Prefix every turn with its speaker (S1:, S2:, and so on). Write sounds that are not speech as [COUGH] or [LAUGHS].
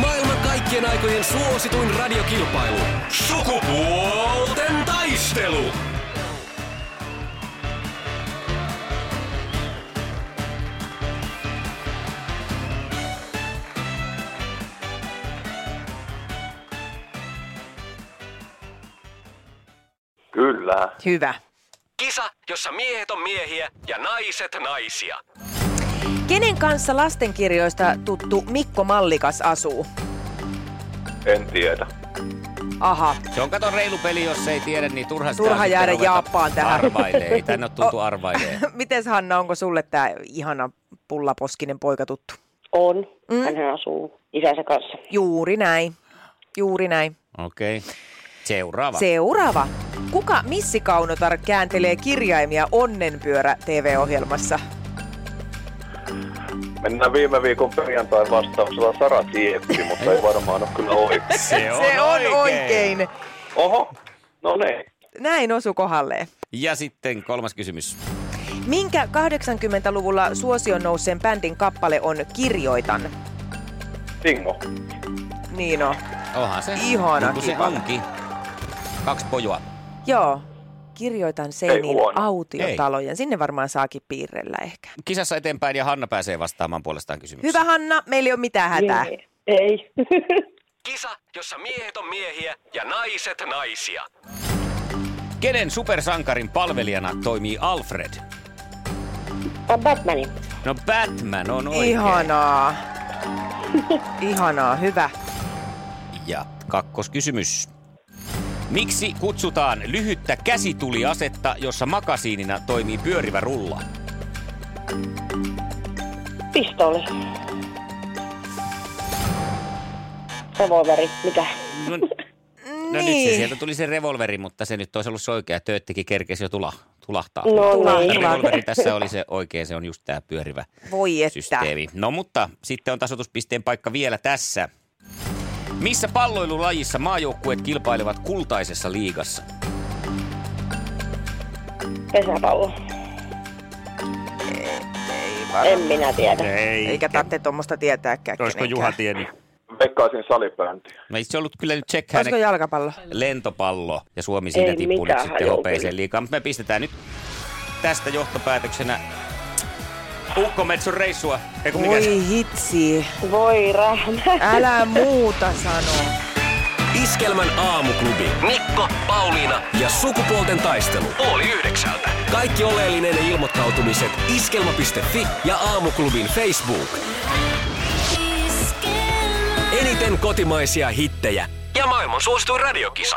S1: Maailman kaikkien aikojen suosituin radiokilpailu. Sukupuolten taistelu.
S2: Kyllä.
S3: Hyvä.
S1: Kisa, jossa miehet on miehiä ja naiset naisia.
S3: Kenen kanssa lastenkirjoista tuttu Mikko Mallikas asuu?
S2: En tiedä.
S3: Aha, [LAUGHS]
S4: Se on kato reilu peli, jos ei tiedä, niin turha, sitä
S3: Turha
S4: on sitten
S3: jäädä
S4: ruveta
S3: Jaappaan tähän.
S4: Arvailee,
S3: [LAUGHS]
S4: ei tänne ole tultu arvailee.
S3: Mites Hanna, onko sulle tämä ihana pullaposkinen poika tuttu?
S5: On. Mm. Hänhän asuu isänsä kanssa.
S3: Juuri näin. Juuri näin.
S4: Okei. Okay. Seuraava. Se...
S3: Seuraava. Kuka Missi Kaunotar kääntelee kirjaimia Onnenpyörä TV-ohjelmassa?
S2: Mennään viime viikon perjantain vastauksella Sara Sieppi, mutta ei varmaan ole kyllä
S4: [LAUGHS]
S2: oikein.
S4: Se on,
S3: Se on oikein.
S2: Oho, no niin.
S3: Näin osu kohdalleen.
S4: Ja sitten kolmas kysymys.
S3: Minkä 80-luvulla suosion nousseen bändin kappale on Kirjoitan?
S2: Tingo.
S3: Niin on.
S4: Onhan se.
S3: Ihana
S4: Niin kuin se
S3: kiva.
S4: onkin. Kaksi pojoa.
S3: Joo. Kirjoitan Seinin
S2: huono.
S3: autiotalojen. Sinne varmaan saakin piirrellä ehkä.
S4: Kisassa eteenpäin ja Hanna pääsee vastaamaan puolestaan kysymykseen.
S3: Hyvä Hanna, meillä ei ole mitään hätää.
S5: Ei. ei. [LAUGHS]
S1: Kisa, jossa miehet on miehiä ja naiset naisia.
S4: Kenen supersankarin palvelijana toimii Alfred?
S5: Tämä Batmanin.
S4: No Batman on oikein.
S3: Ihanaa. Ihanaa, hyvä.
S4: Ja kakkoskysymys. Miksi kutsutaan lyhyttä käsituliasetta, jossa makasiinina toimii pyörivä rulla?
S5: Pistooli. Revolveri. Mikä?
S4: No, no nyt se,
S3: Niin.
S4: sieltä tuli se revolveri, mutta se nyt olisi ollut se oikea. Tööttikin kerkesi jo tula, tulahtaa.
S5: No
S4: Mutta
S5: niin.
S4: revolveri tässä oli se oikea, se on just tämä pyörivä
S3: Voi että.
S4: systeemi. No mutta sitten on tasoituspisteen paikka vielä tässä. Missä palloilulajissa maajoukkueet kilpailevat kultaisessa liigassa?
S5: Pesäpallo. En minä tiedä.
S4: Ei.
S3: Eikä tarvitse tuommoista tietääkään kenenkään.
S4: tiennyt?
S2: Veikkaisin salibändiä.
S4: No ei se ollut kyllä nyt check
S3: Olisiko jalkapallo?
S4: lentopallo ja Suomi siinä
S5: Ei
S4: tippuu nyt
S5: mitään
S4: sitten
S5: hajua
S4: hopeiseen
S5: kyllä.
S4: liikaan. Mutta me pistetään nyt tästä johtopäätöksenä Ukkometsun reissua. Ei kun mikä se-
S3: Voi hitsi.
S5: Voi rähmä.
S3: Älä muuta sano.
S1: Iskelmän aamuklubi. Mikko, Pauliina ja sukupuolten taistelu. Oli yhdeksältä. Kaikki oleellinen ilmoittautumiset iskelma.fi ja aamuklubin Facebook. Eniten kotimaisia hittejä ja maailman suosituin radiokisa.